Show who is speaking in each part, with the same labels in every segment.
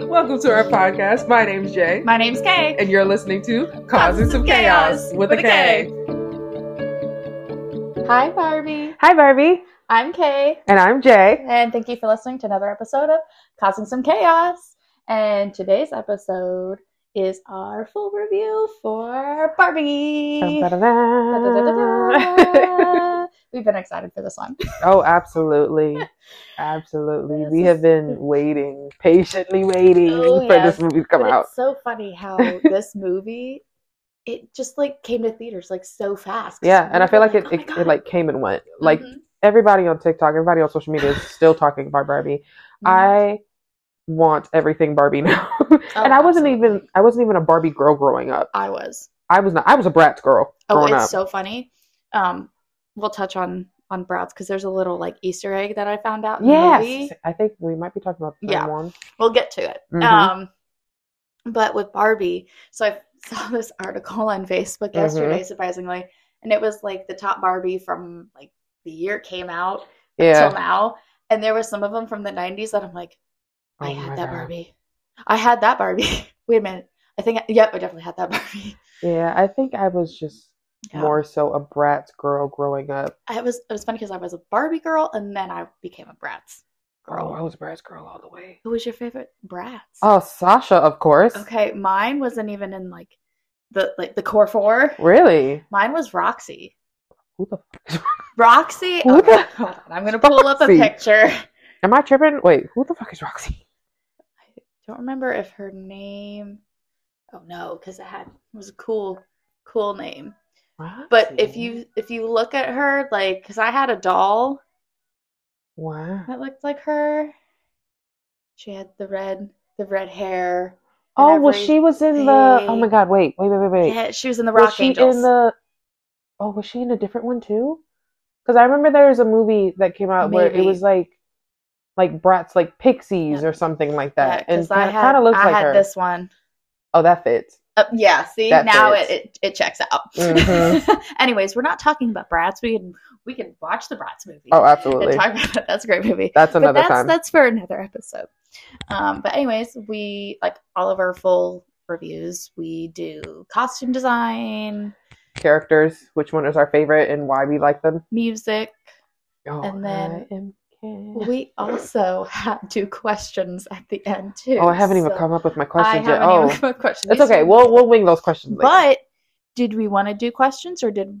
Speaker 1: Welcome to our podcast. My name's Jay,
Speaker 2: My name's Kay.
Speaker 1: and you're listening to Causes of Chaos with a K.
Speaker 2: Hi, Barbie.
Speaker 1: Hi, Barbie.
Speaker 2: I'm Kay,
Speaker 1: And I'm Jay.
Speaker 2: and thank you for listening to another episode of Causing Some Chaos. And today's episode is our full review for Barbie. Da-da-da-da-da. We've been excited for this one.
Speaker 1: oh, absolutely. Absolutely. We have been waiting, patiently waiting
Speaker 2: Oh,
Speaker 1: for
Speaker 2: yes.
Speaker 1: this movie to come
Speaker 2: But
Speaker 1: out.
Speaker 2: It's so funny how this movie, it just like came to theaters like so fast.
Speaker 1: Yeah, and I feel like it,
Speaker 2: oh my
Speaker 1: it,
Speaker 2: God.
Speaker 1: it like came and went. Like
Speaker 2: Mhm.
Speaker 1: everybody on TikTok, everybody on social media is still talking about Barbie.
Speaker 2: Mm-hmm.
Speaker 1: I want everything Barbie now. and I wasn't
Speaker 2: Oh,
Speaker 1: e-
Speaker 2: absolutely.
Speaker 1: even I wasn't even a Barbie girl growing up.
Speaker 2: Mm-hmm. I was.
Speaker 1: I was not I was a brat girl
Speaker 2: Oh,
Speaker 1: growing
Speaker 2: it's
Speaker 1: up.
Speaker 2: so funny. Um, we'll touch on on Bratz because there's a little like Easter egg that I found out. In
Speaker 1: yes.
Speaker 2: the movie.
Speaker 1: I think we might be talking about the same
Speaker 2: Yeah.
Speaker 1: one.
Speaker 2: we'll get to it.
Speaker 1: Mhm.
Speaker 2: Um, but with Barbie, so I saw this article on Facebook
Speaker 1: Mm-hmm.
Speaker 2: yesterday, surprisingly, and it was like the top Barbie from like the year it came out
Speaker 1: Yeah.
Speaker 2: till now, and there were some of them from the '90s that I'm like, I
Speaker 1: Oh
Speaker 2: had
Speaker 1: my
Speaker 2: that
Speaker 1: God.
Speaker 2: Barbie. I had that Barbie. Wait a minute. I think. I, yep, I definitely had that Barbie.
Speaker 1: Yeah, I think I was just
Speaker 2: Yeah.
Speaker 1: more so a brat girl growing up.
Speaker 2: I was. It was funny because I was a Barbie girl, and then I became a Bratz girl.
Speaker 1: Oh, I was a brat girl all the way.
Speaker 2: Who was your favorite Bratz?
Speaker 1: Oh, Sasha, of course.
Speaker 2: Okay, mine wasn't even in like the like the core four.
Speaker 1: Really?
Speaker 2: Mine was Roxy.
Speaker 1: Who the
Speaker 2: Roxy.
Speaker 1: Who the-
Speaker 2: okay, hold on, I'm gonna pull up a
Speaker 1: Roxy?
Speaker 2: picture.
Speaker 1: Am I tripping? Wait, who the fuck is Roxy?
Speaker 2: Don't remember if her name. Oh no, because it had it was a cool, cool name. But if
Speaker 1: Roxy.
Speaker 2: you if you look at her, like, because I had a doll
Speaker 1: Wow.
Speaker 2: that looked like her. She had the red the red hair. and
Speaker 1: Oh, well,
Speaker 2: every-
Speaker 1: she was in the. Oh my
Speaker 2: everything-
Speaker 1: god! Wait, wait, wait, wait, wait.
Speaker 2: Yeah, she was in the
Speaker 1: was
Speaker 2: Rock
Speaker 1: she
Speaker 2: Angels.
Speaker 1: in the? Oh, was she in a different one too? Because I remember there was a movie that came out where it
Speaker 2: Maybe.
Speaker 1: was like, like brats, like pixies
Speaker 2: Yeah.
Speaker 1: or something like
Speaker 2: Yeah,
Speaker 1: that, and
Speaker 2: 'cause I
Speaker 1: kind of
Speaker 2: had-
Speaker 1: kind of looks
Speaker 2: I
Speaker 1: like
Speaker 2: had
Speaker 1: her.
Speaker 2: this one.
Speaker 1: Oh, that fits.
Speaker 2: Uh, yeah, see
Speaker 1: That
Speaker 2: now
Speaker 1: fits.
Speaker 2: it, it it checks out.
Speaker 1: Mhm.
Speaker 2: Anyways, we're not talking about Bratz. We can we can watch the Bratz movie
Speaker 1: Oh,
Speaker 2: and
Speaker 1: absolutely.
Speaker 2: talk about it. That's a great movie.
Speaker 1: That's
Speaker 2: But
Speaker 1: another
Speaker 2: that's
Speaker 1: time.
Speaker 2: that's for another episode. Um, but anyways, we like all of our full reviews. We do costume design,
Speaker 1: Characters, which one is our favorite and why we like them.
Speaker 2: music.
Speaker 1: Oh,
Speaker 2: And then-
Speaker 1: I am king.
Speaker 2: We also have two questions at the end too.
Speaker 1: Oh, I haven't even
Speaker 2: so
Speaker 1: come up with my
Speaker 2: I
Speaker 1: questions yet.
Speaker 2: haven't
Speaker 1: Oh,
Speaker 2: even come up with questions.
Speaker 1: that's
Speaker 2: These
Speaker 1: okay.
Speaker 2: are-
Speaker 1: We'll we'll wing those questions later.
Speaker 2: But did we want to do questions or did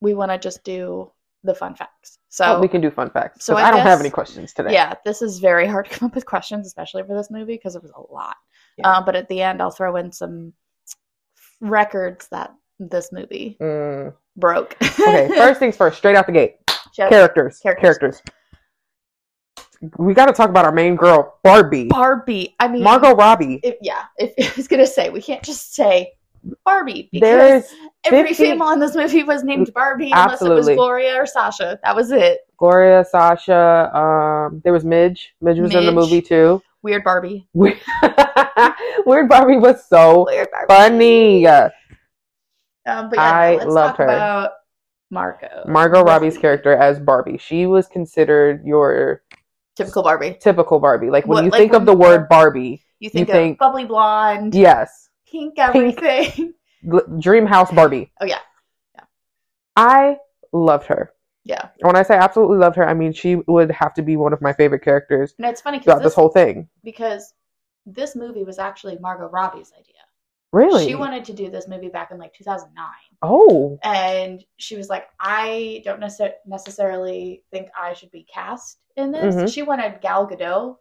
Speaker 2: we want to just do the fun facts? So
Speaker 1: Oh, we can do fun facts.
Speaker 2: so
Speaker 1: So
Speaker 2: I
Speaker 1: I, don't have
Speaker 2: guess-
Speaker 1: any questions today.
Speaker 2: yeah, this is very hard to come up with questions, especially for this movie because it was a lot.
Speaker 1: Yeah.
Speaker 2: Um, but at the end, I'll throw in some records that this movie
Speaker 1: Mm.
Speaker 2: broke.
Speaker 1: Okay. First things first. Straight out the gate.
Speaker 2: Just
Speaker 1: characters,
Speaker 2: Uh, Characters.
Speaker 1: characters. We got to talk about our main girl, Barbie,
Speaker 2: Barbie. I mean,
Speaker 1: Margot Robbie.
Speaker 2: if- yeah, if, I was gonna say we can't just say Barbie
Speaker 1: There
Speaker 2: because
Speaker 1: is
Speaker 2: every
Speaker 1: 50
Speaker 2: female in this movie was named Barbie unless it
Speaker 1: Absolutely.
Speaker 2: was Gloria or Sasha. That was it.
Speaker 1: Gloria, Sasha. Um, there was Midge. Midge was in the
Speaker 2: Midge.
Speaker 1: movie too.
Speaker 2: Weird Barbie.
Speaker 1: Weird Weird Barbie was so
Speaker 2: Weird Barbie.
Speaker 1: funny.
Speaker 2: Um, but yeah,
Speaker 1: I
Speaker 2: no, let's
Speaker 1: love
Speaker 2: talk
Speaker 1: her.
Speaker 2: about Marco.
Speaker 1: Margot Robbie's character as Barbie. She was considered your
Speaker 2: Typical Barbie.
Speaker 1: typical Barbie. Like when
Speaker 2: What-
Speaker 1: you
Speaker 2: like
Speaker 1: think
Speaker 2: when-
Speaker 1: of the word Barbie,
Speaker 2: You think,
Speaker 1: think-
Speaker 2: of bubbly blonde,
Speaker 1: yes,
Speaker 2: pink everything.
Speaker 1: L- Dream House Barbie.
Speaker 2: Oh, yeah. Yeah.
Speaker 1: I loved her.
Speaker 2: Yeah.
Speaker 1: When I say absolutely loved her, I mean she would have to be one of my favorite characters
Speaker 2: And it's funny because
Speaker 1: throughout
Speaker 2: this,
Speaker 1: this whole thing.
Speaker 2: because this movie was actually Margot Robbie's idea.
Speaker 1: Really?
Speaker 2: She wanted to do this movie back in like 2009.
Speaker 1: oh,
Speaker 2: And she was like, I don't necessar- necessarily think I should be cast in this.
Speaker 1: Mhm.
Speaker 2: She wanted Gal Gadot,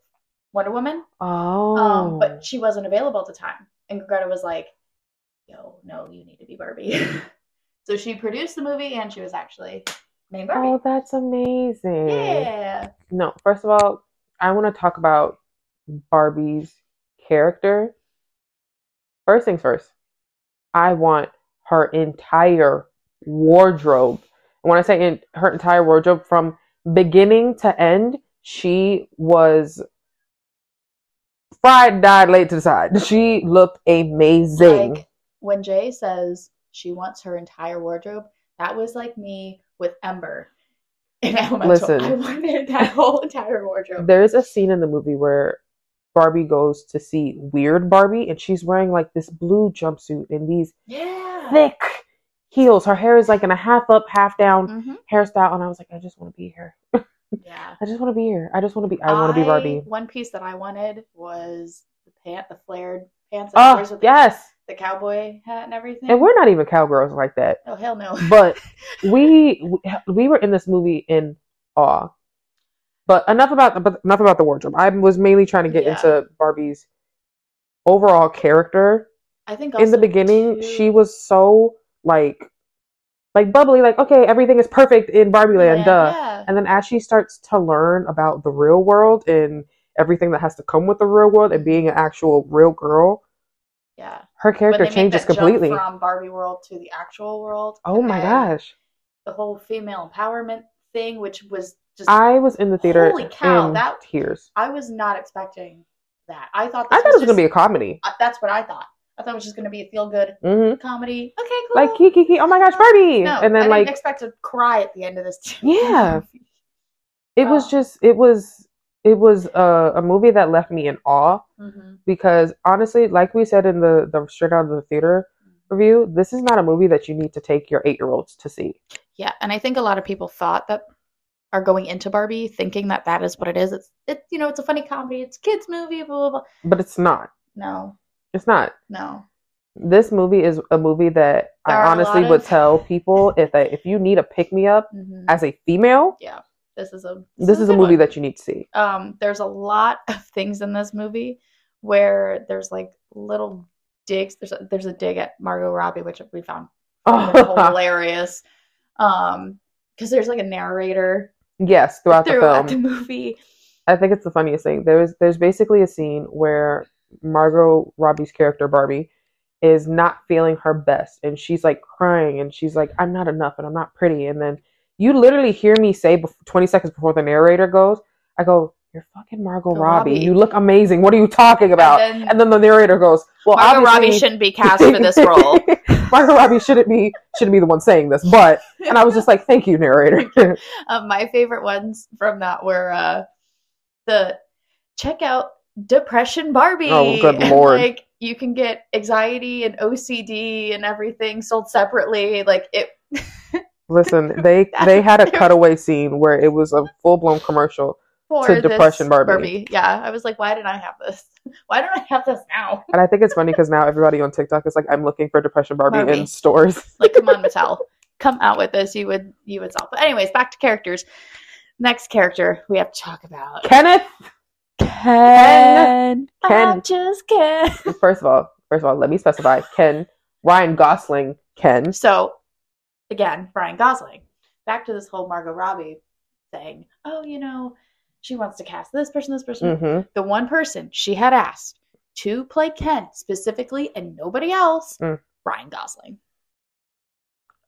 Speaker 2: Wonder Woman,
Speaker 1: oh,
Speaker 2: um, but she wasn't available at the time. And Greta was like, "Yo, no, you need to be Barbie." so she produced the movie, and she was actually named Barbie.
Speaker 1: oh, that's amazing.
Speaker 2: yeah,
Speaker 1: No, first of all, I want to talk about Barbie's character. First things first, I want her entire wardrobe. And When I say in, her entire wardrobe, from beginning to end, she was fried, died, laid to the side. She looked amazing.
Speaker 2: Like when Jay says she wants her entire wardrobe, that was like me with Ember in Elemental.
Speaker 1: Listen.
Speaker 2: I wanted that whole entire wardrobe.
Speaker 1: There is a scene in the movie where Barbie goes to see Weird Barbie, and she's wearing like this blue jumpsuit and these
Speaker 2: Yeah.
Speaker 1: thick heels. Her hair is like in a half up, half down
Speaker 2: hmm
Speaker 1: hairstyle, and I was like, I just want to be here.
Speaker 2: Yeah.
Speaker 1: I just want to be here. I just want to be. I want to be Barbie.
Speaker 2: One piece that I wanted was the pant, the flared pants. that goes
Speaker 1: Oh
Speaker 2: with the-
Speaker 1: yes,
Speaker 2: The cowboy hat and everything.
Speaker 1: and we're not even cowgirls like that,
Speaker 2: oh hell no.
Speaker 1: but we we were in this movie in awe. But enough about but enough about the wardrobe. I was mainly trying to get
Speaker 2: Yeah.
Speaker 1: into Barbie's overall character
Speaker 2: I think
Speaker 1: in the
Speaker 2: also,
Speaker 1: beginning
Speaker 2: too-
Speaker 1: she was so like like bubbly like okay everything is perfect in barbie land
Speaker 2: Yeah,
Speaker 1: duh
Speaker 2: yeah.
Speaker 1: and then as she starts to learn about the real world and everything that has to come with the real world and being an actual real girl
Speaker 2: Yeah.
Speaker 1: her character
Speaker 2: When they make
Speaker 1: changes
Speaker 2: that jump
Speaker 1: completely
Speaker 2: from Barbie world to the actual world.
Speaker 1: oh
Speaker 2: and
Speaker 1: my
Speaker 2: then
Speaker 1: gosh
Speaker 2: The whole female empowerment thing, which was just I,
Speaker 1: i was in the theater
Speaker 2: Holy cow,
Speaker 1: in
Speaker 2: that-
Speaker 1: tears
Speaker 2: was not expecting that. I thought
Speaker 1: i
Speaker 2: this
Speaker 1: thought it was
Speaker 2: just,
Speaker 1: gonna be a comedy
Speaker 2: uh, that's what I thought. I thought it was just gonna be a feel good
Speaker 1: hmm
Speaker 2: comedy. Okay, cool.
Speaker 1: like kiki oh my gosh barbie and
Speaker 2: no, I
Speaker 1: then
Speaker 2: didn't
Speaker 1: like
Speaker 2: expect to cry at the end of this.
Speaker 1: Yeah. it was
Speaker 2: oh.
Speaker 1: just it was it was a, a movie that left me in awe
Speaker 2: hmm
Speaker 1: because honestly, like we said in the the straight out of the theater review, this is not a movie that you need to take your eight year olds to see.
Speaker 2: Yeah, and I think a lot of people thought that are going into Barbie thinking that that is what it is. It's it, you know, it's a funny comedy, it's a kids movie, blah blah blah.
Speaker 1: But it's not.
Speaker 2: No,
Speaker 1: It's not.
Speaker 2: no,
Speaker 1: This movie is a movie that
Speaker 2: There are a
Speaker 1: I honestly
Speaker 2: lot
Speaker 1: would
Speaker 2: of-
Speaker 1: tell people if they, if you need a pick me up
Speaker 2: hmm
Speaker 1: as a female,
Speaker 2: this is a
Speaker 1: this is a
Speaker 2: good
Speaker 1: movie
Speaker 2: one.
Speaker 1: that you need to see.
Speaker 2: um. There's a lot of things in this movie where there's like little digs. There's a, there's a dig at Margot Robbie, which we found hilarious. Um, because there's like a narrator
Speaker 1: yes, throughout the film.
Speaker 2: throughout the movie.
Speaker 1: I think it's the funniest thing. There's there's basically a scene where Margot Robbie's character Barbie is not feeling her best and she's like crying and she's like I'm not enough and I'm not pretty and then you literally hear me say bef- 20 seconds before the narrator goes I go you're fucking Margot
Speaker 2: Margot
Speaker 1: Robbie.
Speaker 2: Robbie.
Speaker 1: You look amazing. What are you talking about?
Speaker 2: And then
Speaker 1: And then the narrator goes, "Well,
Speaker 2: Margot Robbie
Speaker 1: obviously-
Speaker 2: shouldn't be cast for this role.
Speaker 1: Margot Robbie shouldn't be shouldn't be the one saying this, but and I was just like, "Thank you, narrator."
Speaker 2: um, my favorite ones from that were uh, the check out depression Barbie.
Speaker 1: Oh, good
Speaker 2: And,
Speaker 1: lord.
Speaker 2: Like you can get anxiety and OCD and everything sold separately. Like it.
Speaker 1: Listen, they they had a cutaway scene where it was a full blown commercial
Speaker 2: For
Speaker 1: To depression
Speaker 2: this
Speaker 1: Barbie.
Speaker 2: Yeah, I was like, why did I have this? Why don't I have this now?
Speaker 1: And I think it's funny because now everybody on TikTok is like, I'm looking for Depression Barbie,
Speaker 2: Barbie.
Speaker 1: in stores.
Speaker 2: Like, come on, Mattel, come out with this. You would, you would solve. But anyways, back to characters. Next character we have to talk about.
Speaker 1: Kenneth! Ken.
Speaker 2: I
Speaker 1: Ken.
Speaker 2: just Ken.
Speaker 1: First of all, first of all, let me specify Ken, Ryan Gosling, Ken.
Speaker 2: So, again, Ryan Gosling. Back to this whole Margot Robbie thing. Oh, you know, she wants to cast this person, this person.
Speaker 1: Mm-hmm.
Speaker 2: The one person she had asked to play Ken specifically and nobody else,
Speaker 1: Mm.
Speaker 2: Ryan Gosling.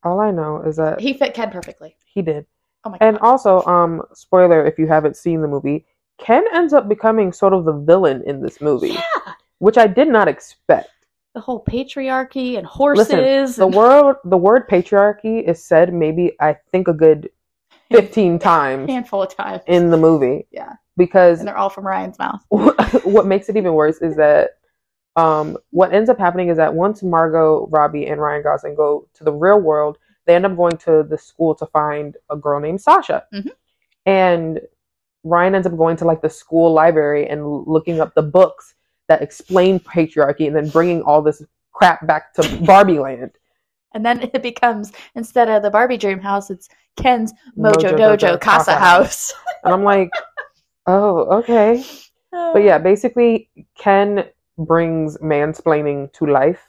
Speaker 1: All I know is that
Speaker 2: He fit Ken perfectly.
Speaker 1: he did.
Speaker 2: Oh my
Speaker 1: And
Speaker 2: God.
Speaker 1: also, um, spoiler if you haven't seen the movie, Ken ends up becoming sort of the villain in this movie,
Speaker 2: Yeah.
Speaker 1: which I did not expect.
Speaker 2: The whole patriarchy and horses.
Speaker 1: The
Speaker 2: and-
Speaker 1: word the word patriarchy is said maybe I think a good fifteen times
Speaker 2: handful of times.
Speaker 1: in the movie.
Speaker 2: Yeah.
Speaker 1: Because
Speaker 2: and they're all from Ryan's mouth.
Speaker 1: what makes it even worse is that um, what ends up happening is that once Margot Robbie and Ryan Gosling go to the real world, they end up going to the school to find a girl named Sasha.
Speaker 2: Mhm.
Speaker 1: And Ryan ends up going to like the school library and l- looking up the books that explain patriarchy and then bringing all this crap back to Barbie land.
Speaker 2: And then it becomes, instead of the Barbie dream house, it's Ken's
Speaker 1: Mojo
Speaker 2: Mojo, Dojo,
Speaker 1: Dojo
Speaker 2: Casa,
Speaker 1: Casa
Speaker 2: House.
Speaker 1: And I'm like, oh, okay.
Speaker 2: Oh.
Speaker 1: But yeah, basically, Ken brings mansplaining to life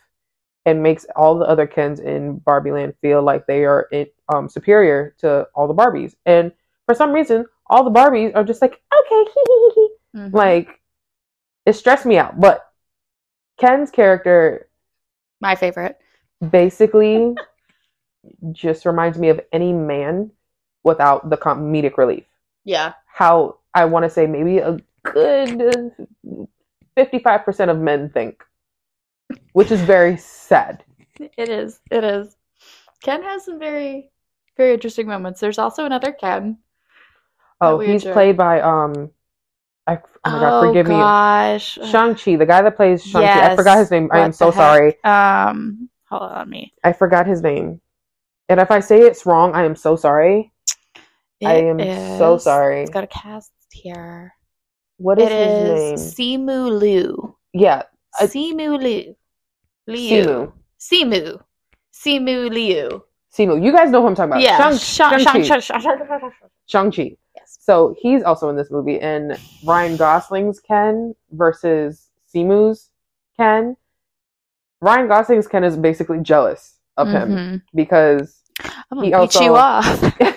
Speaker 1: and makes all the other Kens in Barbie Land feel like they are it, um, superior to all the Barbies. And for some reason, all the Barbies are just like, okay, hee hee hee hee.
Speaker 2: Mhm.
Speaker 1: Like, it stressed me out. But Ken's character
Speaker 2: my favorite.
Speaker 1: basically just reminds me of any man without the comedic relief
Speaker 2: Yeah.
Speaker 1: how I want to say maybe a good fifty-five percent of men think, which is very sad.
Speaker 2: It is. It is. Ken has some very, very interesting moments. There's also another Ken.
Speaker 1: Oh,
Speaker 2: we
Speaker 1: he's
Speaker 2: enjoy.
Speaker 1: played by um I, oh my god, forgive
Speaker 2: gosh.
Speaker 1: me. Shang Chi, the guy that plays Shang Chi. I forgot his name. I am
Speaker 2: What
Speaker 1: so
Speaker 2: the
Speaker 1: sorry.
Speaker 2: heck? Um, hold on me.
Speaker 1: I forgot his name. And if I say it's wrong, I am so sorry. I am so sorry.
Speaker 2: It's got a cast here.
Speaker 1: What is
Speaker 2: It
Speaker 1: his
Speaker 2: is Simu Liu.
Speaker 1: name? Yeah, I-
Speaker 2: Simu Liu. Liu.
Speaker 1: Simu.
Speaker 2: Simu. Simu Liu.
Speaker 1: Simu. You guys know who I'm talking about.
Speaker 2: Yeah.
Speaker 1: Shang
Speaker 2: Shang-
Speaker 1: Shang-Chi.
Speaker 2: Shang- Shang- Shang- Shang- Shang- Shang-
Speaker 1: Shang-Chi.
Speaker 2: Yes.
Speaker 1: So he's also in this movie, and Ryan Gosling's Ken versus Simu's Ken. Ryan Gosling's Ken is basically jealous of him
Speaker 2: Mhm.
Speaker 1: because
Speaker 2: I'm
Speaker 1: He
Speaker 2: gonna beat
Speaker 1: also-
Speaker 2: you off. Let's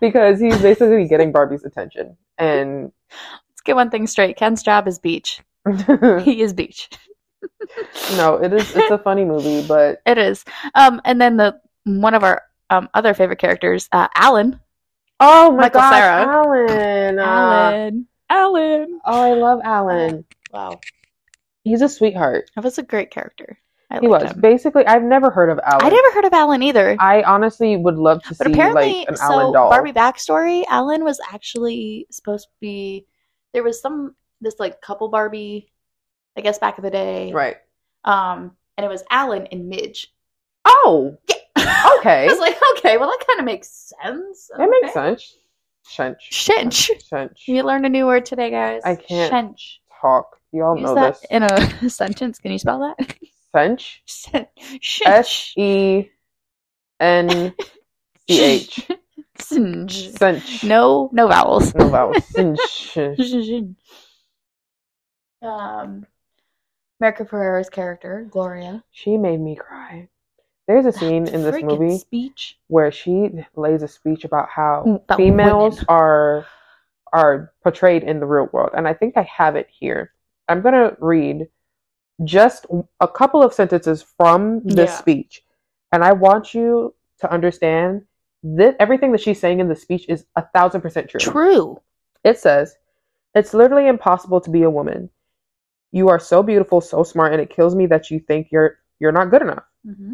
Speaker 1: because he's basically getting Barbie's attention, and
Speaker 2: get one thing straight. Ken's job is beach.
Speaker 1: no,
Speaker 2: He is beach.
Speaker 1: it is it's a funny movie, but
Speaker 2: It is. Um, and then the one of our um, other favorite characters, uh, Alan.
Speaker 1: oh my
Speaker 2: Michael
Speaker 1: gosh,
Speaker 2: Cera.
Speaker 1: Alan! uh,
Speaker 2: Alan. Alan.
Speaker 1: oh, I love Alan.
Speaker 2: Wow.
Speaker 1: He's a sweetheart.
Speaker 2: That was a great character. I
Speaker 1: He
Speaker 2: liked
Speaker 1: was
Speaker 2: him.
Speaker 1: basically. I've never heard of Alan.
Speaker 2: I never heard of Alan either.
Speaker 1: I honestly would love to
Speaker 2: but
Speaker 1: see
Speaker 2: apparently,
Speaker 1: like an
Speaker 2: so
Speaker 1: Alan doll.
Speaker 2: Barbie backstory, Alan was actually supposed to be. There was some this like couple Barbie, I guess back in the day,
Speaker 1: right?
Speaker 2: Um, and it was Alan and Midge.
Speaker 1: Oh, okay.
Speaker 2: I was like, okay, well that kind of makes sense.
Speaker 1: It makes
Speaker 2: Okay.
Speaker 1: sense. Shench.
Speaker 2: Shinch.
Speaker 1: Shench.
Speaker 2: You learned a new word today, guys.
Speaker 1: I can't
Speaker 2: Shench.
Speaker 1: Talk. You all
Speaker 2: Use
Speaker 1: know
Speaker 2: that
Speaker 1: this.
Speaker 2: in a sentence. Can you spell that?
Speaker 1: Sench.
Speaker 2: Shen-
Speaker 1: S
Speaker 2: Shench.
Speaker 1: E N C H.
Speaker 2: Singe.
Speaker 1: Sench.
Speaker 2: No, no vowels.
Speaker 1: No vowel. Sench.
Speaker 2: Um, America Ferrera's character, Gloria.
Speaker 1: She made me cry. There's a scene in this
Speaker 2: Freaking
Speaker 1: movie
Speaker 2: speech.
Speaker 1: where she lays a speech about how
Speaker 2: About
Speaker 1: females
Speaker 2: women.
Speaker 1: are are portrayed in the real world, and I think I have it here. I'm gonna read just a couple of sentences from this
Speaker 2: Yeah.
Speaker 1: speech, and I want you to understand that everything that she's saying in the speech is a thousand percent true.
Speaker 2: True.
Speaker 1: It says, It's literally impossible to be a woman. You are so beautiful, so smart, and it kills me that you think you're you're not good enough.
Speaker 2: Mm-hmm.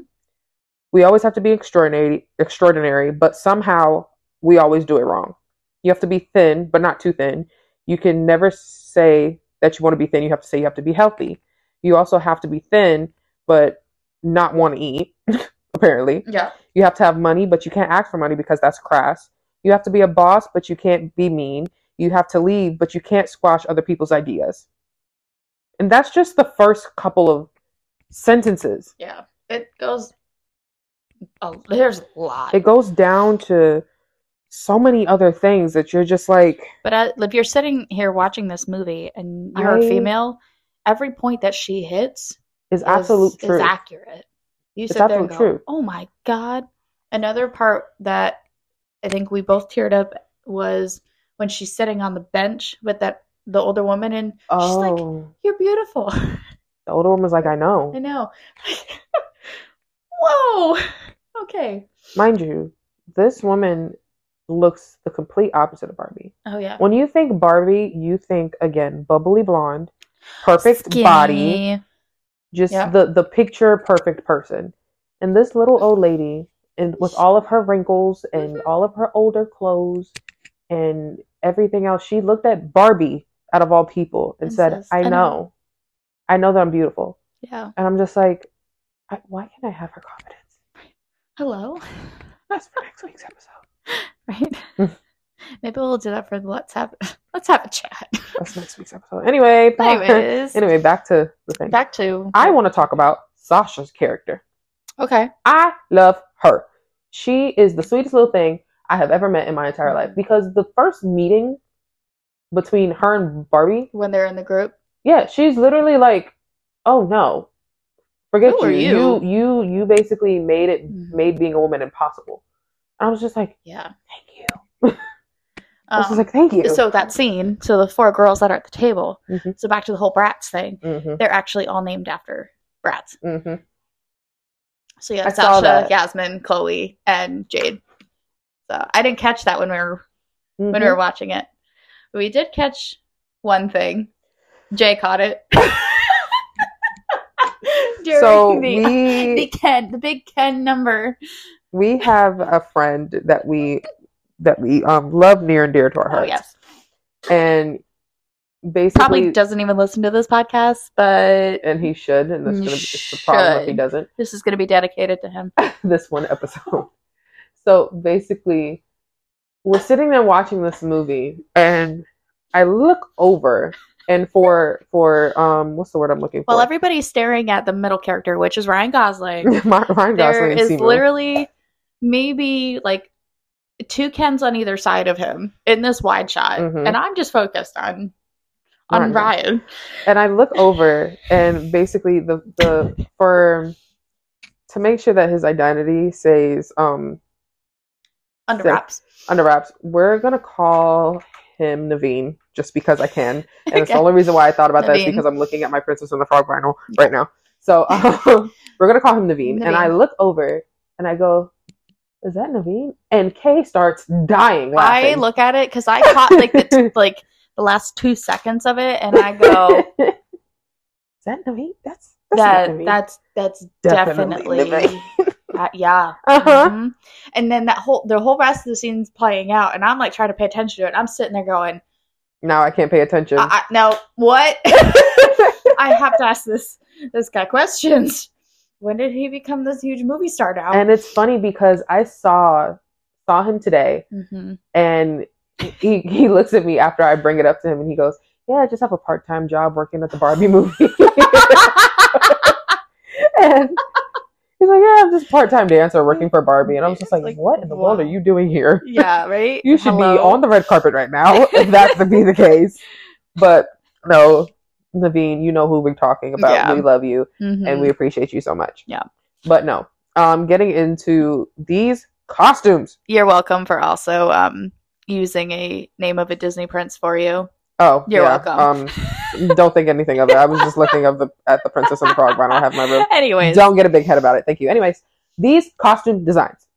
Speaker 1: We always have to be extraordinary, extraordinary, but somehow we always do it wrong. You have to be thin, but not too thin. You can never say that you want to be thin. You have to say you have to be healthy. You also have to be thin, but not want to eat, apparently.
Speaker 2: Yeah.
Speaker 1: You have to have money, but you can't ask for money because that's crass. You have to be a boss, but you can't be mean. You have to leave, but you can't squash other people's ideas. And that's just the first couple of sentences.
Speaker 2: Yeah. It goes. Oh, there's a lot.
Speaker 1: it goes down to so many other things that you're just like
Speaker 2: But uh, if you're sitting here watching this movie and you're
Speaker 1: I-
Speaker 2: a female, every point that she hits
Speaker 1: is
Speaker 2: is-
Speaker 1: absolute
Speaker 2: is
Speaker 1: truth.
Speaker 2: accurate. You
Speaker 1: It's
Speaker 2: sit there and go,
Speaker 1: absolute truth.
Speaker 2: "Oh my god!" Another part that I think we both teared up was when she's sitting on the bench with that the older woman, and
Speaker 1: oh,
Speaker 2: she's like, "You're beautiful."
Speaker 1: the older woman's like, I
Speaker 2: I
Speaker 1: know,
Speaker 2: know. Whoa. Okay.
Speaker 1: mind you, this woman looks the complete opposite of Barbie.
Speaker 2: Oh yeah.
Speaker 1: When you think Barbie, you think again bubbly blonde, perfect
Speaker 2: Skinny.
Speaker 1: body, just
Speaker 2: Yeah.
Speaker 1: the the picture perfect person. And this little old lady, and with all of her wrinkles and
Speaker 2: Mm-hmm.
Speaker 1: all of her older clothes and everything else, she looked at Barbie out of all people and
Speaker 2: And
Speaker 1: said,
Speaker 2: says,
Speaker 1: "I
Speaker 2: "I know."
Speaker 1: know, I know that I'm beautiful."
Speaker 2: Yeah.
Speaker 1: And I'm just like, I, "Why can't I have her confidence?"
Speaker 2: Hello.
Speaker 1: That's for next week's episode.
Speaker 2: Right. Maybe we'll do that for the let's have let's have a chat.
Speaker 1: That's next week's episode. Anyway, bye.
Speaker 2: Anyways,
Speaker 1: anyway, back to the thing.
Speaker 2: back to
Speaker 1: I want to talk about Sasha's character.
Speaker 2: okay.
Speaker 1: I love her. She is the sweetest little thing I have ever met in my entire life because the first meeting between her and Barbie,
Speaker 2: When they're in the group,
Speaker 1: yeah, she's literally like, "Oh no, forget you.
Speaker 2: Who are
Speaker 1: you, you, you basically made it
Speaker 2: Mhm.
Speaker 1: made being a woman impossible." And I was just like,
Speaker 2: yeah.
Speaker 1: "Thank you." I was
Speaker 2: Um,
Speaker 1: just like, "Thank you."
Speaker 2: so that scene, so the four girls that are at the table.
Speaker 1: Mhm.
Speaker 2: So back to the whole brats thing.
Speaker 1: hmm
Speaker 2: They're actually all named after brats.
Speaker 1: hmm
Speaker 2: So yeah,
Speaker 1: I saw
Speaker 2: Sasha,
Speaker 1: that.
Speaker 2: Yasmin, Chloe, and Jade. So I didn't catch that when we were when
Speaker 1: mm-hmm.
Speaker 2: we were watching it. But we did catch one thing. Jay caught it. During
Speaker 1: So
Speaker 2: the,
Speaker 1: we
Speaker 2: the Ken, the big Ken number.
Speaker 1: we have a friend that we that we um love near and dear to our
Speaker 2: Oh
Speaker 1: hearts.
Speaker 2: yes.
Speaker 1: and basically,
Speaker 2: Probably doesn't even listen to this podcast, but
Speaker 1: and he should, and that's gonna be it's the problem if he
Speaker 2: Should.
Speaker 1: doesn't.
Speaker 2: this is going to be dedicated to him.
Speaker 1: this one episode. So basically, we're sitting there watching this movie, and I look over, and for for um, what's the word I'm looking
Speaker 2: Well,
Speaker 1: for?
Speaker 2: everybody's staring at the middle character, which is Ryan Gosling.
Speaker 1: Mar- Ryan
Speaker 2: there
Speaker 1: Gosling and
Speaker 2: is
Speaker 1: Simu.
Speaker 2: literally maybe like two Kens on either side of him in this wide shot,
Speaker 1: Mhm.
Speaker 2: and I'm just focused on
Speaker 1: Ryan.
Speaker 2: on Ryan.
Speaker 1: and I look over, and basically the the for to make sure that his identity says um
Speaker 2: Under
Speaker 1: So-
Speaker 2: wraps.
Speaker 1: under wraps, we're gonna call him Naveen just because I can, and it's the
Speaker 2: Okay.
Speaker 1: only reason why I thought about that is
Speaker 2: Naveen.
Speaker 1: because I'm looking at my Princess and the Frog vinyl right now. So um, we're gonna call him Naveen, and I
Speaker 2: Naveen.
Speaker 1: look over and I go, "Is that Naveen?" And Kay starts dying
Speaker 2: I
Speaker 1: laughing.
Speaker 2: look at it because I caught like the t- like the last two seconds of it, and I go
Speaker 1: "Is that Naveen? That's that's not
Speaker 2: that
Speaker 1: Naveen."
Speaker 2: that's that's
Speaker 1: Definitely
Speaker 2: definitely, that- yeah.
Speaker 1: uh-huh.
Speaker 2: Mhm. And then that whole the whole rest of the scene's playing out, and I'm like trying to pay attention to it. and I'm sitting there going,
Speaker 1: Now I can't pay attention.
Speaker 2: I, I, "No, what? I have to ask this this guy questions. When did he become this huge movie star now?"
Speaker 1: and it's funny because I saw saw him today,
Speaker 2: Mhm.
Speaker 1: and he he looks at me after I bring it up to him, and he goes, "Yeah, I just have a part time job working at the Barbie movie." and he's like, "Yeah, I'm just part time dancer working for Barbie," and I was just like,
Speaker 2: Like,
Speaker 1: "What in the world are
Speaker 2: wow.
Speaker 1: you doing here?
Speaker 2: yeah, right.
Speaker 1: You should be
Speaker 2: Hello?
Speaker 1: on the red carpet right now if that to be the case." But no, Naveen, you know who we're talking about.
Speaker 2: Yeah.
Speaker 1: We love you
Speaker 2: Mhm.
Speaker 1: and we appreciate you so much.
Speaker 2: Yeah.
Speaker 1: But no, um, getting into these costumes.
Speaker 2: You're welcome for also um using a name of a Disney prince for you.
Speaker 1: Oh,
Speaker 2: You're
Speaker 1: yeah.
Speaker 2: welcome.
Speaker 1: Um, don't think anything of it. I was just looking of the at the Princess and the Frog. But I don't have my room.
Speaker 2: Anyways,
Speaker 1: Don't get a big head about it. Thank you. Anyways, these costume designs,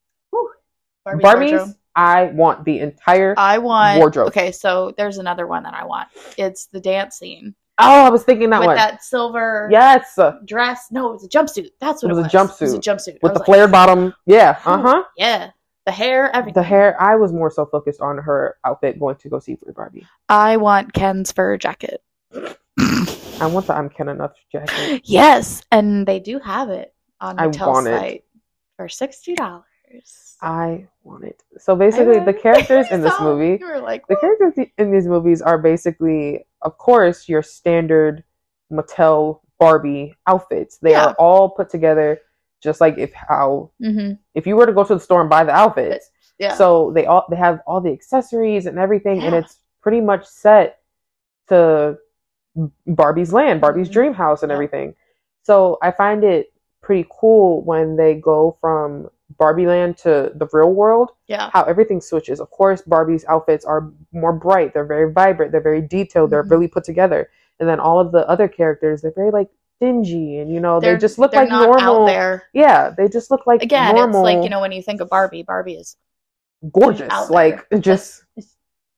Speaker 2: Barbie's Uh,
Speaker 1: Barbies.
Speaker 2: wardrobe.
Speaker 1: I want the entire.
Speaker 2: I want
Speaker 1: Wardrobe.
Speaker 2: Okay, so there's another one that I want. It's the dance scene
Speaker 1: oh, I was thinking that
Speaker 2: with
Speaker 1: one.
Speaker 2: that silver
Speaker 1: yes, uh,
Speaker 2: dress. No, it was a jumpsuit. That's what
Speaker 1: It
Speaker 2: it
Speaker 1: was
Speaker 2: was.
Speaker 1: a
Speaker 2: It was a jumpsuit
Speaker 1: with
Speaker 2: I
Speaker 1: the
Speaker 2: was like,
Speaker 1: flared bottom. Yeah.
Speaker 2: Ooh,
Speaker 1: Uh huh.
Speaker 2: Yeah, the hair, everything.
Speaker 1: The hair. I was more so focused on her outfit going to go see for Barbie.
Speaker 2: I want Ken's fur jacket.
Speaker 1: I want the I'm Ken enough jacket.
Speaker 2: yes, and they do have it on the
Speaker 1: I
Speaker 2: Mattel's
Speaker 1: want it.
Speaker 2: site for sixty dollars.
Speaker 1: I want it. So basically, the characters in this movie
Speaker 2: you were like,
Speaker 1: the characters in these movies are basically, of course, your standard Mattel Barbie outfits. They
Speaker 2: Yeah.
Speaker 1: are all put together just like if how
Speaker 2: hmm
Speaker 1: if you were to go to the store and buy the outfits.
Speaker 2: yeah.
Speaker 1: So they all they have all the accessories and everything, and
Speaker 2: Yeah.
Speaker 1: it's pretty much set to Barbie's land, Barbie's
Speaker 2: Mhm.
Speaker 1: dream house, and
Speaker 2: Yeah.
Speaker 1: everything. So I find it pretty cool when they go from Barbie land to the real world
Speaker 2: yeah,
Speaker 1: how everything switches. Of course, Barbie's outfits are more bright. They're very vibrant. They're very detailed. They're
Speaker 2: Mhm.
Speaker 1: really put together. And then all of the other characters, they're very like dingy, and you know they just look
Speaker 2: they're
Speaker 1: like
Speaker 2: not
Speaker 1: normal.
Speaker 2: out there.
Speaker 1: Yeah, they just look like
Speaker 2: Again,
Speaker 1: normal,
Speaker 2: it's like you know when you think of Barbie, Barbie is
Speaker 1: gorgeous,
Speaker 2: out there.
Speaker 1: like just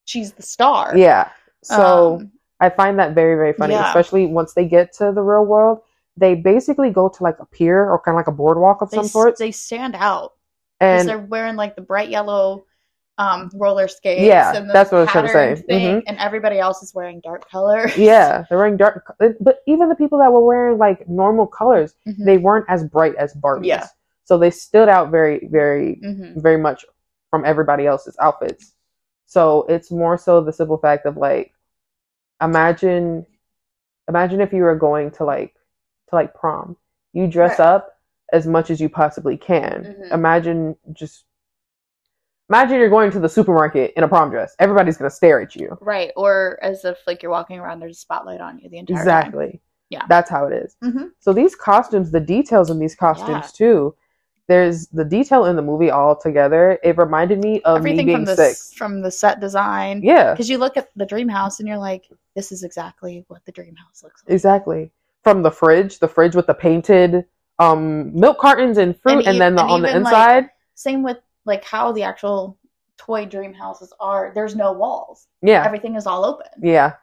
Speaker 2: she's the star.
Speaker 1: yeah. So
Speaker 2: Um,
Speaker 1: I find that very very funny,
Speaker 2: Yeah.
Speaker 1: especially once they get to the real world. They basically go to like a pier or kind of like a boardwalk of
Speaker 2: they,
Speaker 1: some
Speaker 2: s-
Speaker 1: sort,
Speaker 2: they stand out because
Speaker 1: and
Speaker 2: they're wearing like the bright yellow um, roller skates.
Speaker 1: Yeah,
Speaker 2: and the
Speaker 1: that's what I was trying to
Speaker 2: patterned
Speaker 1: say.
Speaker 2: thing,
Speaker 1: Mhm.
Speaker 2: And everybody else is wearing dark colors.
Speaker 1: yeah, they're wearing dark. co- But even the people that were wearing like normal colors,
Speaker 2: Mhm,
Speaker 1: they weren't as bright as Barbie's.
Speaker 2: Yeah.
Speaker 1: So they stood out very, very,
Speaker 2: mhm.
Speaker 1: very much from everybody else's outfits. So it's more so the simple fact of like, imagine, imagine if you were going to like, to like prom, you dress
Speaker 2: Right.
Speaker 1: up as much as you possibly can.
Speaker 2: Mhm.
Speaker 1: Imagine just, imagine you're going to the supermarket in a prom dress. Everybody's gonna stare at you.
Speaker 2: Right, or as if like you're walking around, there's a spotlight on you the entire
Speaker 1: Exactly.
Speaker 2: Yeah.
Speaker 1: That's how it is.
Speaker 2: time. Exactly.
Speaker 1: So these costumes, the details in these costumes
Speaker 2: Yeah.
Speaker 1: too. There's the detail in the movie all together. It reminded me of
Speaker 2: Everything
Speaker 1: me
Speaker 2: from
Speaker 1: being
Speaker 2: the
Speaker 1: sick.
Speaker 2: s- from the set design.
Speaker 1: Yeah,
Speaker 2: Because you look at the dream house and you're like, this is exactly what the dream house looks like.
Speaker 1: exactly. From the fridge, the fridge with the painted um, milk cartons and fruit, and,
Speaker 2: And e-
Speaker 1: then the,
Speaker 2: and
Speaker 1: on the
Speaker 2: even, like-
Speaker 1: inside,
Speaker 2: Same with like how the actual toy dream houses are. There's no walls.
Speaker 1: yeah,
Speaker 2: Everything is all open.
Speaker 1: yeah.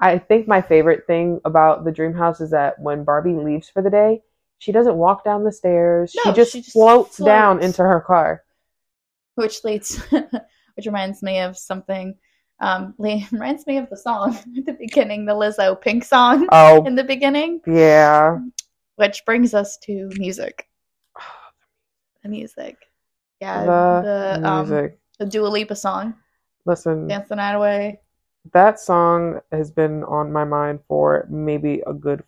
Speaker 1: I think my favorite thing about the dream house is that when Barbie leaves for the day, she doesn't walk down the stairs. she
Speaker 2: No,
Speaker 1: just
Speaker 2: she just
Speaker 1: floats down
Speaker 2: floats.
Speaker 1: into her car.
Speaker 2: which leads which reminds me of something Um, Lee reminds me of the song at the beginning, the Lizzo Pink song
Speaker 1: Oh,
Speaker 2: in the beginning,
Speaker 1: yeah.
Speaker 2: which brings us to music. The music. Yeah, the,
Speaker 1: the
Speaker 2: um,
Speaker 1: music.
Speaker 2: the Dua Lipa song,
Speaker 1: Listen,
Speaker 2: Dance the Night Away.
Speaker 1: that song has been on my mind for maybe a good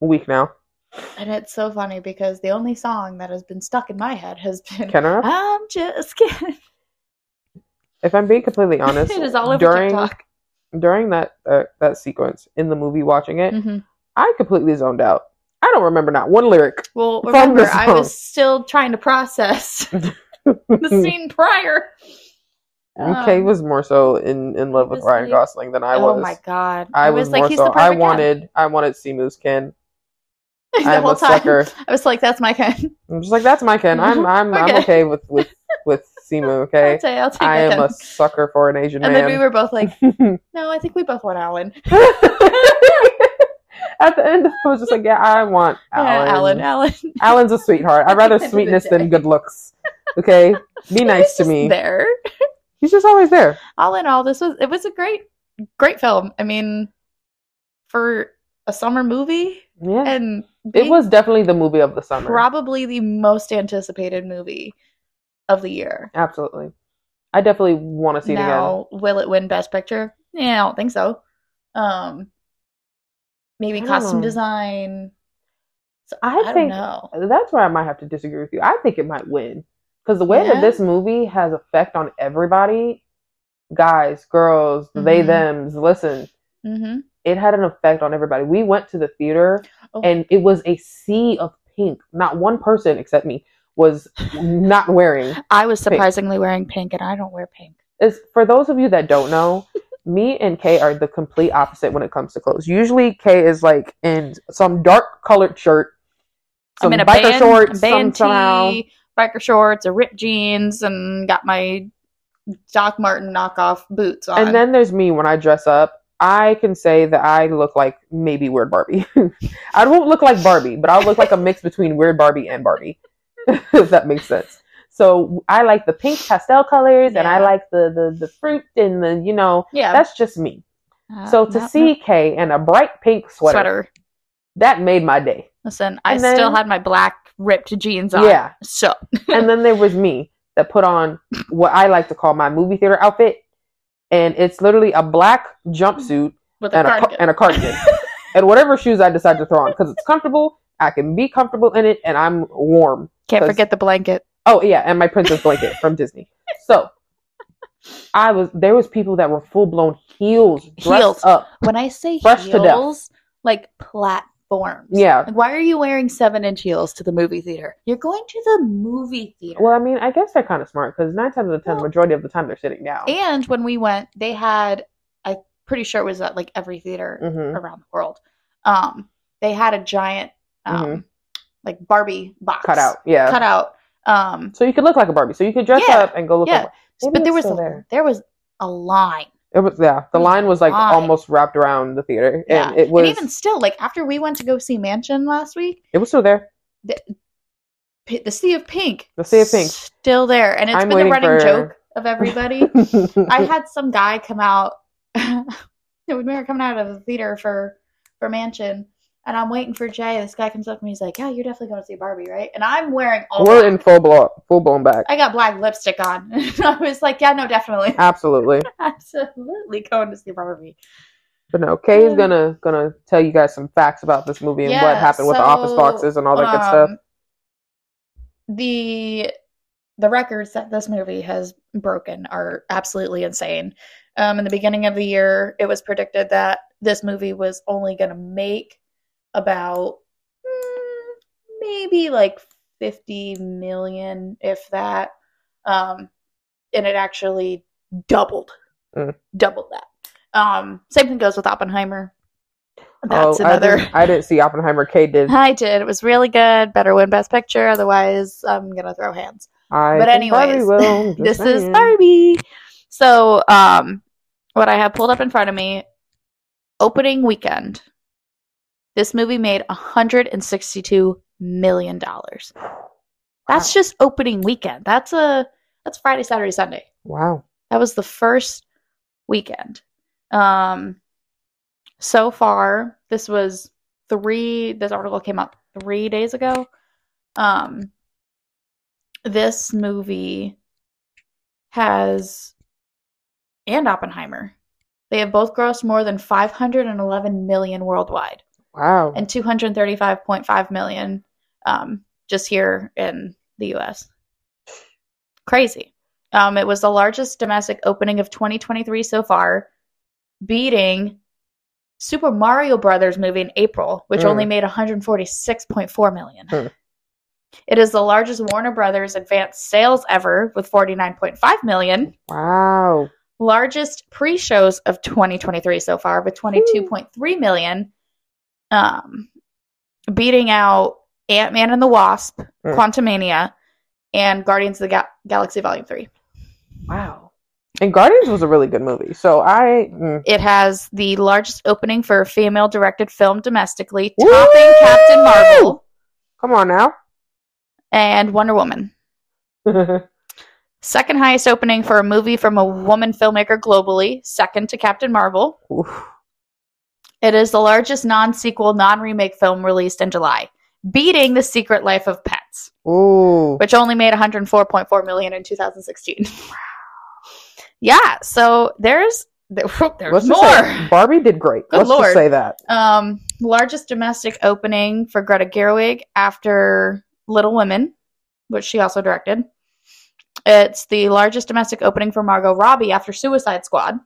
Speaker 1: week now.
Speaker 2: And it's so funny because the only song that has been stuck in my head has been
Speaker 1: Can I?
Speaker 2: I'm just kidding.
Speaker 1: If I'm being completely honest,
Speaker 2: it is all over
Speaker 1: during
Speaker 2: TikTok.
Speaker 1: during that uh, that sequence in the movie, watching it,
Speaker 2: hmm
Speaker 1: I completely zoned out. I don't remember not one lyric.
Speaker 2: Well,
Speaker 1: From the
Speaker 2: remember, I was
Speaker 1: song.
Speaker 2: still trying to process the scene prior.
Speaker 1: MK
Speaker 2: Um,
Speaker 1: was more so in, in love
Speaker 2: he
Speaker 1: with
Speaker 2: was
Speaker 1: Ryan
Speaker 2: like-
Speaker 1: Gosling than I
Speaker 2: oh
Speaker 1: was.
Speaker 2: my god!
Speaker 1: I, was, more
Speaker 2: he's
Speaker 1: so.
Speaker 2: the
Speaker 1: I
Speaker 2: perfect guy.
Speaker 1: wanted I wanted Simu's kin.
Speaker 2: the
Speaker 1: I'm
Speaker 2: whole
Speaker 1: a sucker.
Speaker 2: time. I was like, "That's my kind."
Speaker 1: I'm just like that's my kin. I'm I'm I'm
Speaker 2: Okay.
Speaker 1: okay with with with Simu.
Speaker 2: I'll
Speaker 1: Okay,
Speaker 2: take, I'll take
Speaker 1: I
Speaker 2: that
Speaker 1: am
Speaker 2: kind.
Speaker 1: a sucker for an Asian
Speaker 2: And
Speaker 1: man.
Speaker 2: then we were both like, "No, I think we both want Alan."
Speaker 1: At the end, I was just like, yeah, I want Alan.
Speaker 2: Yeah, Alan, Alan. He
Speaker 1: Alan's a sweetheart. I'd rather
Speaker 2: At the end of the
Speaker 1: sweetness
Speaker 2: day.
Speaker 1: than good looks. Okay, be
Speaker 2: was
Speaker 1: nice to
Speaker 2: just
Speaker 1: me.
Speaker 2: There.
Speaker 1: He's just always there.
Speaker 2: All in all, this was it was a great, great film. I mean, for a summer movie,
Speaker 1: Yeah,
Speaker 2: and
Speaker 1: it
Speaker 2: being
Speaker 1: was definitely the movie of the summer.
Speaker 2: probably the most anticipated movie of the year.
Speaker 1: Absolutely. I definitely want to see it again.
Speaker 2: now, will it win Best Picture? Yeah, I don't think so. Um, maybe
Speaker 1: I don't
Speaker 2: costume
Speaker 1: know.
Speaker 2: design. So,
Speaker 1: I
Speaker 2: I, don't
Speaker 1: think-
Speaker 2: know.
Speaker 1: That's where I might have to disagree with you. I think it might win because the way
Speaker 2: Yeah?
Speaker 1: that this movie has effect on everybody, guys, girls, they,
Speaker 2: Mhm.
Speaker 1: them's. Listen,
Speaker 2: hmm
Speaker 1: it had an effect on everybody. We went to the theater
Speaker 2: Oh.
Speaker 1: and it was a sea of pink. Not one person except me was not wearing.
Speaker 2: I was
Speaker 1: Pink.
Speaker 2: surprisingly wearing pink, and I don't wear pink.
Speaker 1: It's, for those of you that don't know, me and Kay are the complete opposite when it comes to clothes. Usually, Kay is like in some dark colored shirt, some
Speaker 2: I'm in a
Speaker 1: biker
Speaker 2: band,
Speaker 1: shorts,
Speaker 2: a band
Speaker 1: some somehow.
Speaker 2: tee, biker shorts, a ripped jeans, and got my Doc Martin knockoff boots on.
Speaker 1: And then there's me when I dress up. I can say that I look like maybe Weird Barbie. I won't look like Barbie, but I'll look like a mix between Weird Barbie and Barbie, if that makes sense. So I like the pink pastel colors, and I
Speaker 2: Yeah.
Speaker 1: like the, the the fruit and the you know
Speaker 2: yeah,
Speaker 1: that's just me.
Speaker 2: Uh,
Speaker 1: So to
Speaker 2: not-
Speaker 1: see Kay in a bright pink sweater,
Speaker 2: sweater.
Speaker 1: that made my day.
Speaker 2: Listen, I
Speaker 1: And then-
Speaker 2: still had my black ripped jeans on.
Speaker 1: Yeah,
Speaker 2: So
Speaker 1: and then there was me that put on what I like to call my movie theater outfit, and it's literally a black jumpsuit
Speaker 2: with a
Speaker 1: and a, ca-
Speaker 2: cardigan.
Speaker 1: and a cardigan and whatever shoes I decide to throw on because it's comfortable. I can be comfortable in it, and I'm warm.
Speaker 2: Can't
Speaker 1: 'cause-
Speaker 2: forget the blanket.
Speaker 1: Oh yeah, and my princess blanket from Disney. So I was there was people that were full blown heels dressed
Speaker 2: Heels.
Speaker 1: up.
Speaker 2: When I say
Speaker 1: Fresh to death.
Speaker 2: heels, like platforms.
Speaker 1: Yeah.
Speaker 2: Like, why are you wearing seven inch heels to the movie theater? You're going to the movie theater.
Speaker 1: Well, I mean, I guess they're kind of smart because nine times out of ten,
Speaker 2: Well-
Speaker 1: majority of the time they're sitting down.
Speaker 2: and when we went, they had, I'm pretty sure it was at like every theater
Speaker 1: hmm
Speaker 2: around the world. Um, they had a giant, um,
Speaker 1: Mhm.
Speaker 2: like Barbie box
Speaker 1: Cut out, yeah.
Speaker 2: cut out. Um,
Speaker 1: So you could look like a Barbie. So you could dress
Speaker 2: Yeah.
Speaker 1: up and go look.
Speaker 2: Yeah.
Speaker 1: Like, Maybe
Speaker 2: but there
Speaker 1: it's
Speaker 2: was
Speaker 1: still
Speaker 2: a,
Speaker 1: there.
Speaker 2: there. was a line.
Speaker 1: it was yeah. The
Speaker 2: There's
Speaker 1: line
Speaker 2: a
Speaker 1: was like
Speaker 2: line.
Speaker 1: almost wrapped around the theater,
Speaker 2: Yeah.
Speaker 1: and it was
Speaker 2: and even still, like after we went to go see Mansion last week,
Speaker 1: it was still there.
Speaker 2: P- the sea of pink
Speaker 1: The Sea of Pink.
Speaker 2: still there and it's
Speaker 1: I'm
Speaker 2: been a
Speaker 1: waiting
Speaker 2: running
Speaker 1: for-
Speaker 2: joke of everybody i had some guy come out when we were coming out of the theater for for mansion and i'm waiting for jay this guy comes up to me he's like yeah you're definitely going to see barbie right and i'm wearing all
Speaker 1: We're
Speaker 2: black.
Speaker 1: in full blow, full blown back.
Speaker 2: i got black lipstick on and i was like yeah no definitely
Speaker 1: Uh, Absolutely.
Speaker 2: absolutely going to see barbie
Speaker 1: But no, Kay is
Speaker 2: Yeah.
Speaker 1: gonna gonna tell you guys some facts about this movie and what
Speaker 2: Yeah,
Speaker 1: happened with the office
Speaker 2: so,
Speaker 1: boxes and all that good
Speaker 2: Um,
Speaker 1: stuff.
Speaker 2: The the records that this movie has broken are absolutely insane. Um, in the beginning of the year, it was predicted that this movie was only going to make about mm, maybe like fifty million, if that, um, and it actually doubled,
Speaker 1: Mm.
Speaker 2: doubled that. Um, same thing goes with Oppenheimer.
Speaker 1: Oh,
Speaker 2: That's
Speaker 1: I
Speaker 2: another.
Speaker 1: didn't, I didn't see Oppenheimer. Kay did.
Speaker 2: I did. It was really good. Better win Best Picture. Otherwise, I'm gonna throw hands.
Speaker 1: I
Speaker 2: but
Speaker 1: think Barbie
Speaker 2: anyways,
Speaker 1: will, just
Speaker 2: this is
Speaker 1: saying.
Speaker 2: Barbie. So, um, what I have pulled up in front of me, opening weekend, this movie made 162 million dollars. That's just opening weekend. That's a that's Friday, Saturday, Sunday.
Speaker 1: Wow.
Speaker 2: That was the first weekend. Um, so far, this was three. This article came up three days ago. Um, this movie has and Oppenheimer. They have both grossed more than 511 million worldwide
Speaker 1: Wow.
Speaker 2: and 235.5 million um, just here in the US. Crazy. Um, it was the largest domestic opening of 2023 so far, beating Super Mario Brothers movie in April, which
Speaker 1: Mm.
Speaker 2: only made 146.4 million.
Speaker 1: Mm.
Speaker 2: It is the largest Warner Brothers advanced sales ever with 49.5 million
Speaker 1: wow.
Speaker 2: largest pre-shows of 2023 so far with 22.3 million um beating out ant-man and the wasp
Speaker 1: Mm.
Speaker 2: quantumania and guardians of the Ga- galaxy volume 3
Speaker 1: Wow. And Guardians was a really good movie. So I mm,
Speaker 2: it has the largest opening for a female directed film domestically
Speaker 1: Woo!
Speaker 2: topping captain marvel
Speaker 1: come on now.
Speaker 2: and wonder woman second highest opening for a movie from a woman filmmaker globally second to captain marvel
Speaker 1: Oof.
Speaker 2: It is the largest non sequel, non remake film released in July, beating The Secret Life of Pets,
Speaker 1: Ooh.
Speaker 2: which only made 104.4 million in 2016. yeah, so there's there- there's
Speaker 1: Let's just say
Speaker 2: more.
Speaker 1: Barbie did great.
Speaker 2: Good
Speaker 1: Let's
Speaker 2: lord.
Speaker 1: just say that.
Speaker 2: Um, largest domestic opening for Greta Gerwig after Little Women, which she also directed. It's the largest domestic opening for Margot Robbie after Suicide Squad.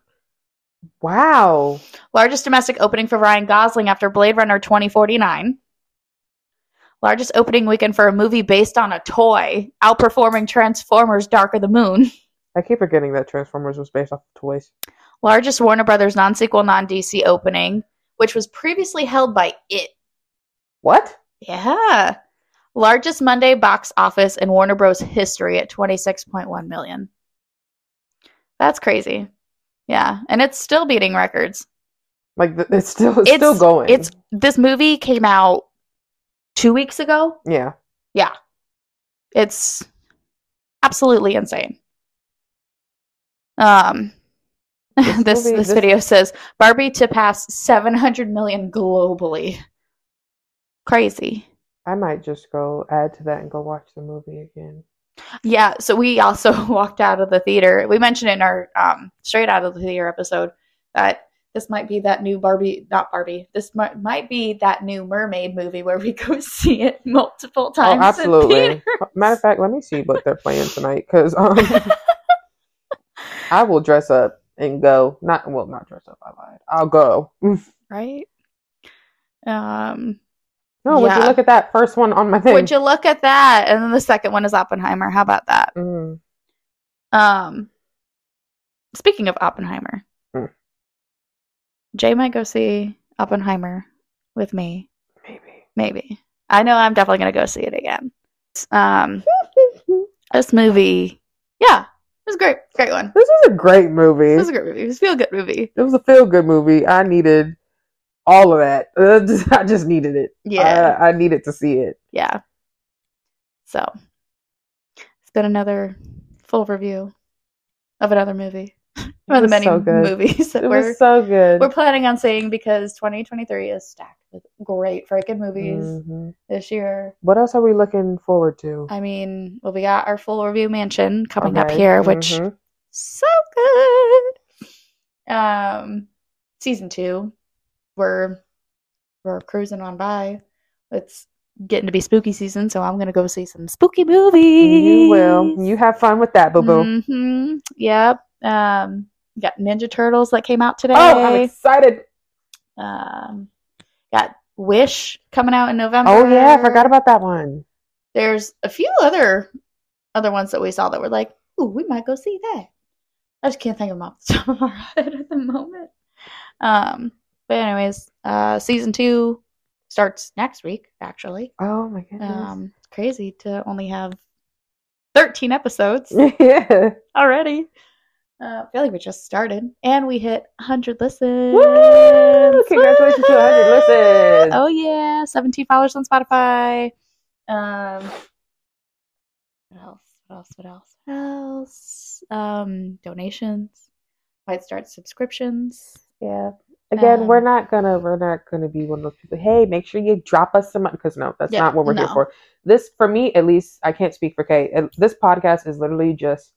Speaker 1: Wow.
Speaker 2: Largest domestic opening for Ryan Gosling after Blade Runner 2049. Largest opening weekend for a movie based on a toy, outperforming Transformers Dark of the Moon.
Speaker 1: I keep forgetting that Transformers was based off of toys.
Speaker 2: Largest Warner Brothers non sequel, non DC opening, which was previously held by It.
Speaker 1: What?
Speaker 2: Yeah. Largest Monday box office in Warner Bros. history at 26.1 million. That's crazy. Yeah. And it's still beating records.
Speaker 1: Like th- it's still it's,
Speaker 2: It's-
Speaker 1: still going.
Speaker 2: it's this movie came out two weeks ago.
Speaker 1: yeah.
Speaker 2: It's absolutely insane. Um,
Speaker 1: This
Speaker 2: this this,
Speaker 1: movie- this-
Speaker 2: video says Barbie to pass seven hundred million globally. Crazy.
Speaker 1: I might just go add to that and go watch the movie again.
Speaker 2: Yeah. So we also walked out of the theater. We mentioned in our um, straight out of the theater episode that this might be that new Barbie, not Barbie. This might might be that new Mermaid movie where we go see it multiple times. in
Speaker 1: oh, absolutely.
Speaker 2: theater.
Speaker 1: Matter of fact, let me see what they're playing tonight because um, I will dress up and go. Not well, not dress up. I lied. I'll go. no,
Speaker 2: right? Um,
Speaker 1: would you
Speaker 2: Yeah.
Speaker 1: look at that first one on my thing?
Speaker 2: would you look at that? And then the second one is Oppenheimer. How about that?
Speaker 1: Mm.
Speaker 2: Um, speaking of Oppenheimer,
Speaker 1: Hmm.
Speaker 2: Jay might go see Oppenheimer with me.
Speaker 1: Maybe.
Speaker 2: Maybe I know I'm definitely gonna go see it again. Um, this movie, yeah, it was a great, great one.
Speaker 1: This was a great
Speaker 2: It
Speaker 1: movie.
Speaker 2: was a great movie. It was a feel good movie.
Speaker 1: It was a feel good movie. I needed all of that. I just needed it. Uh,
Speaker 2: Yeah,
Speaker 1: I, I needed to see it.
Speaker 2: Uh, yeah. So it's been another full review of another movie. One
Speaker 1: was
Speaker 2: of the many
Speaker 1: so good.
Speaker 2: movies that
Speaker 1: It
Speaker 2: we're
Speaker 1: was so good.
Speaker 2: we're planning on seeing because 2023 is stacked with great freaking movies
Speaker 1: Mhm.
Speaker 2: this year.
Speaker 1: What else are we looking forward to?
Speaker 2: I mean, well, we got our full review mansion Uh, coming up
Speaker 1: Okay.
Speaker 2: here, which
Speaker 1: Mhm.
Speaker 2: so good. Um, season two, we're we're cruising on by. It's getting to be spooky season, so I'm gonna go see some spooky movies.
Speaker 1: you will. You have fun with that, boo boo.
Speaker 2: hmm Yep. Um, got Ninja Turtles that came out today.
Speaker 1: Oh, I'm excited.
Speaker 2: Um, got Wish coming out in November.
Speaker 1: Oh yeah, I forgot about that one.
Speaker 2: There's a few other other ones that we saw that were like, "Ooh, we might go see that." I just can't think of them off the top of my head at the moment. Um, but anyways, uh, season two starts next week. Actually,
Speaker 1: Oh my goodness.
Speaker 2: um, crazy to only have thirteen episodes
Speaker 1: yeah.
Speaker 2: already. Uh, I feel like we just started and we hit 100 listens.
Speaker 1: Woo! Congratulations to 100 listens.
Speaker 2: Oh, yeah. 17 followers on Spotify. Um, what else? What else? What else? What else? Um, donations. White Start subscriptions.
Speaker 1: Yeah. Again,
Speaker 2: Um,
Speaker 1: we're not gonna we're not gonna be one of those people. Hey, make sure you drop us some money because no, that's
Speaker 2: Yeah,
Speaker 1: not what we're here
Speaker 2: no.
Speaker 1: for. This for me, at least, I can't speak for Kay. and This podcast is literally just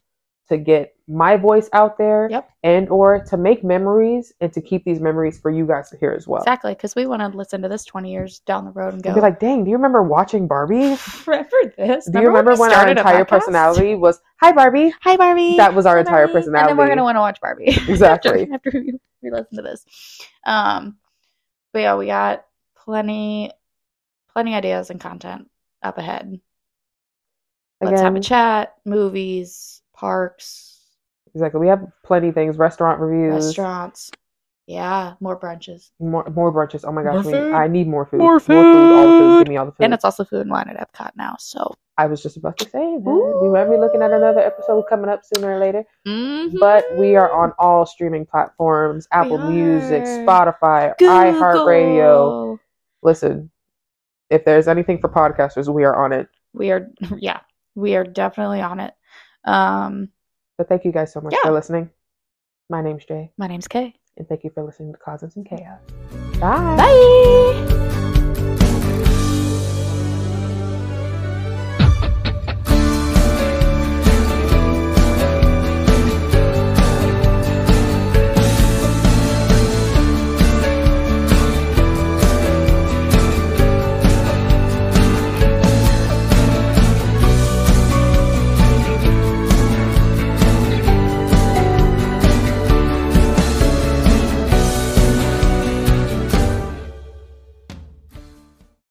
Speaker 1: to get my voice out there
Speaker 2: Yep.
Speaker 1: and or to make memories and to keep these memories for you guys to hear as well.
Speaker 2: Exactly, because we want to listen to this 20 years down the road and go,
Speaker 1: And be like, dang, do you remember watching Barbie?
Speaker 2: remember this?
Speaker 1: Do you remember
Speaker 2: we
Speaker 1: when our
Speaker 2: started a
Speaker 1: entire
Speaker 2: podcast?"
Speaker 1: personality was "Hi Barbie"?
Speaker 2: Hi, Barbie.
Speaker 1: That was our
Speaker 2: Hi,
Speaker 1: entire
Speaker 2: Barbie." And then we're going
Speaker 1: personality.
Speaker 2: to want to watch Barbie.
Speaker 1: Exactly.
Speaker 2: after, after we, we listen to this. Um, but yeah, we got plenty, plenty ideas and content up ahead. Let's have a
Speaker 1: Again,
Speaker 2: chat, movies, parks,
Speaker 1: exactly. We have plenty of things: restaurant reviews,
Speaker 2: restaurants. Yeah, more brunches.
Speaker 1: more more brunches. Oh my gosh,
Speaker 2: More
Speaker 1: we-
Speaker 2: food.
Speaker 1: I need more food.
Speaker 2: More
Speaker 1: all the food.
Speaker 2: food.
Speaker 1: Give me all the food.
Speaker 2: And it's also food and wine at Epcot now. So,
Speaker 1: I was just about to say that.
Speaker 2: Ooh.
Speaker 1: You might be looking at another episode coming up sooner or later.
Speaker 2: Mhm.
Speaker 1: But we are on all streaming platforms: Apple Music,
Speaker 2: are.
Speaker 1: Spotify, iHeartRadio.
Speaker 2: Google.
Speaker 1: Listen, if there's anything for podcasters, we are on it.
Speaker 2: We are, yeah, we are definitely on it. Um,
Speaker 1: But thank you guys so much
Speaker 2: Yeah.
Speaker 1: for listening. My name's Jay.
Speaker 2: my name's Kay.
Speaker 1: and thank you for listening to Cosmos and Chaos. Bye.
Speaker 2: Bye.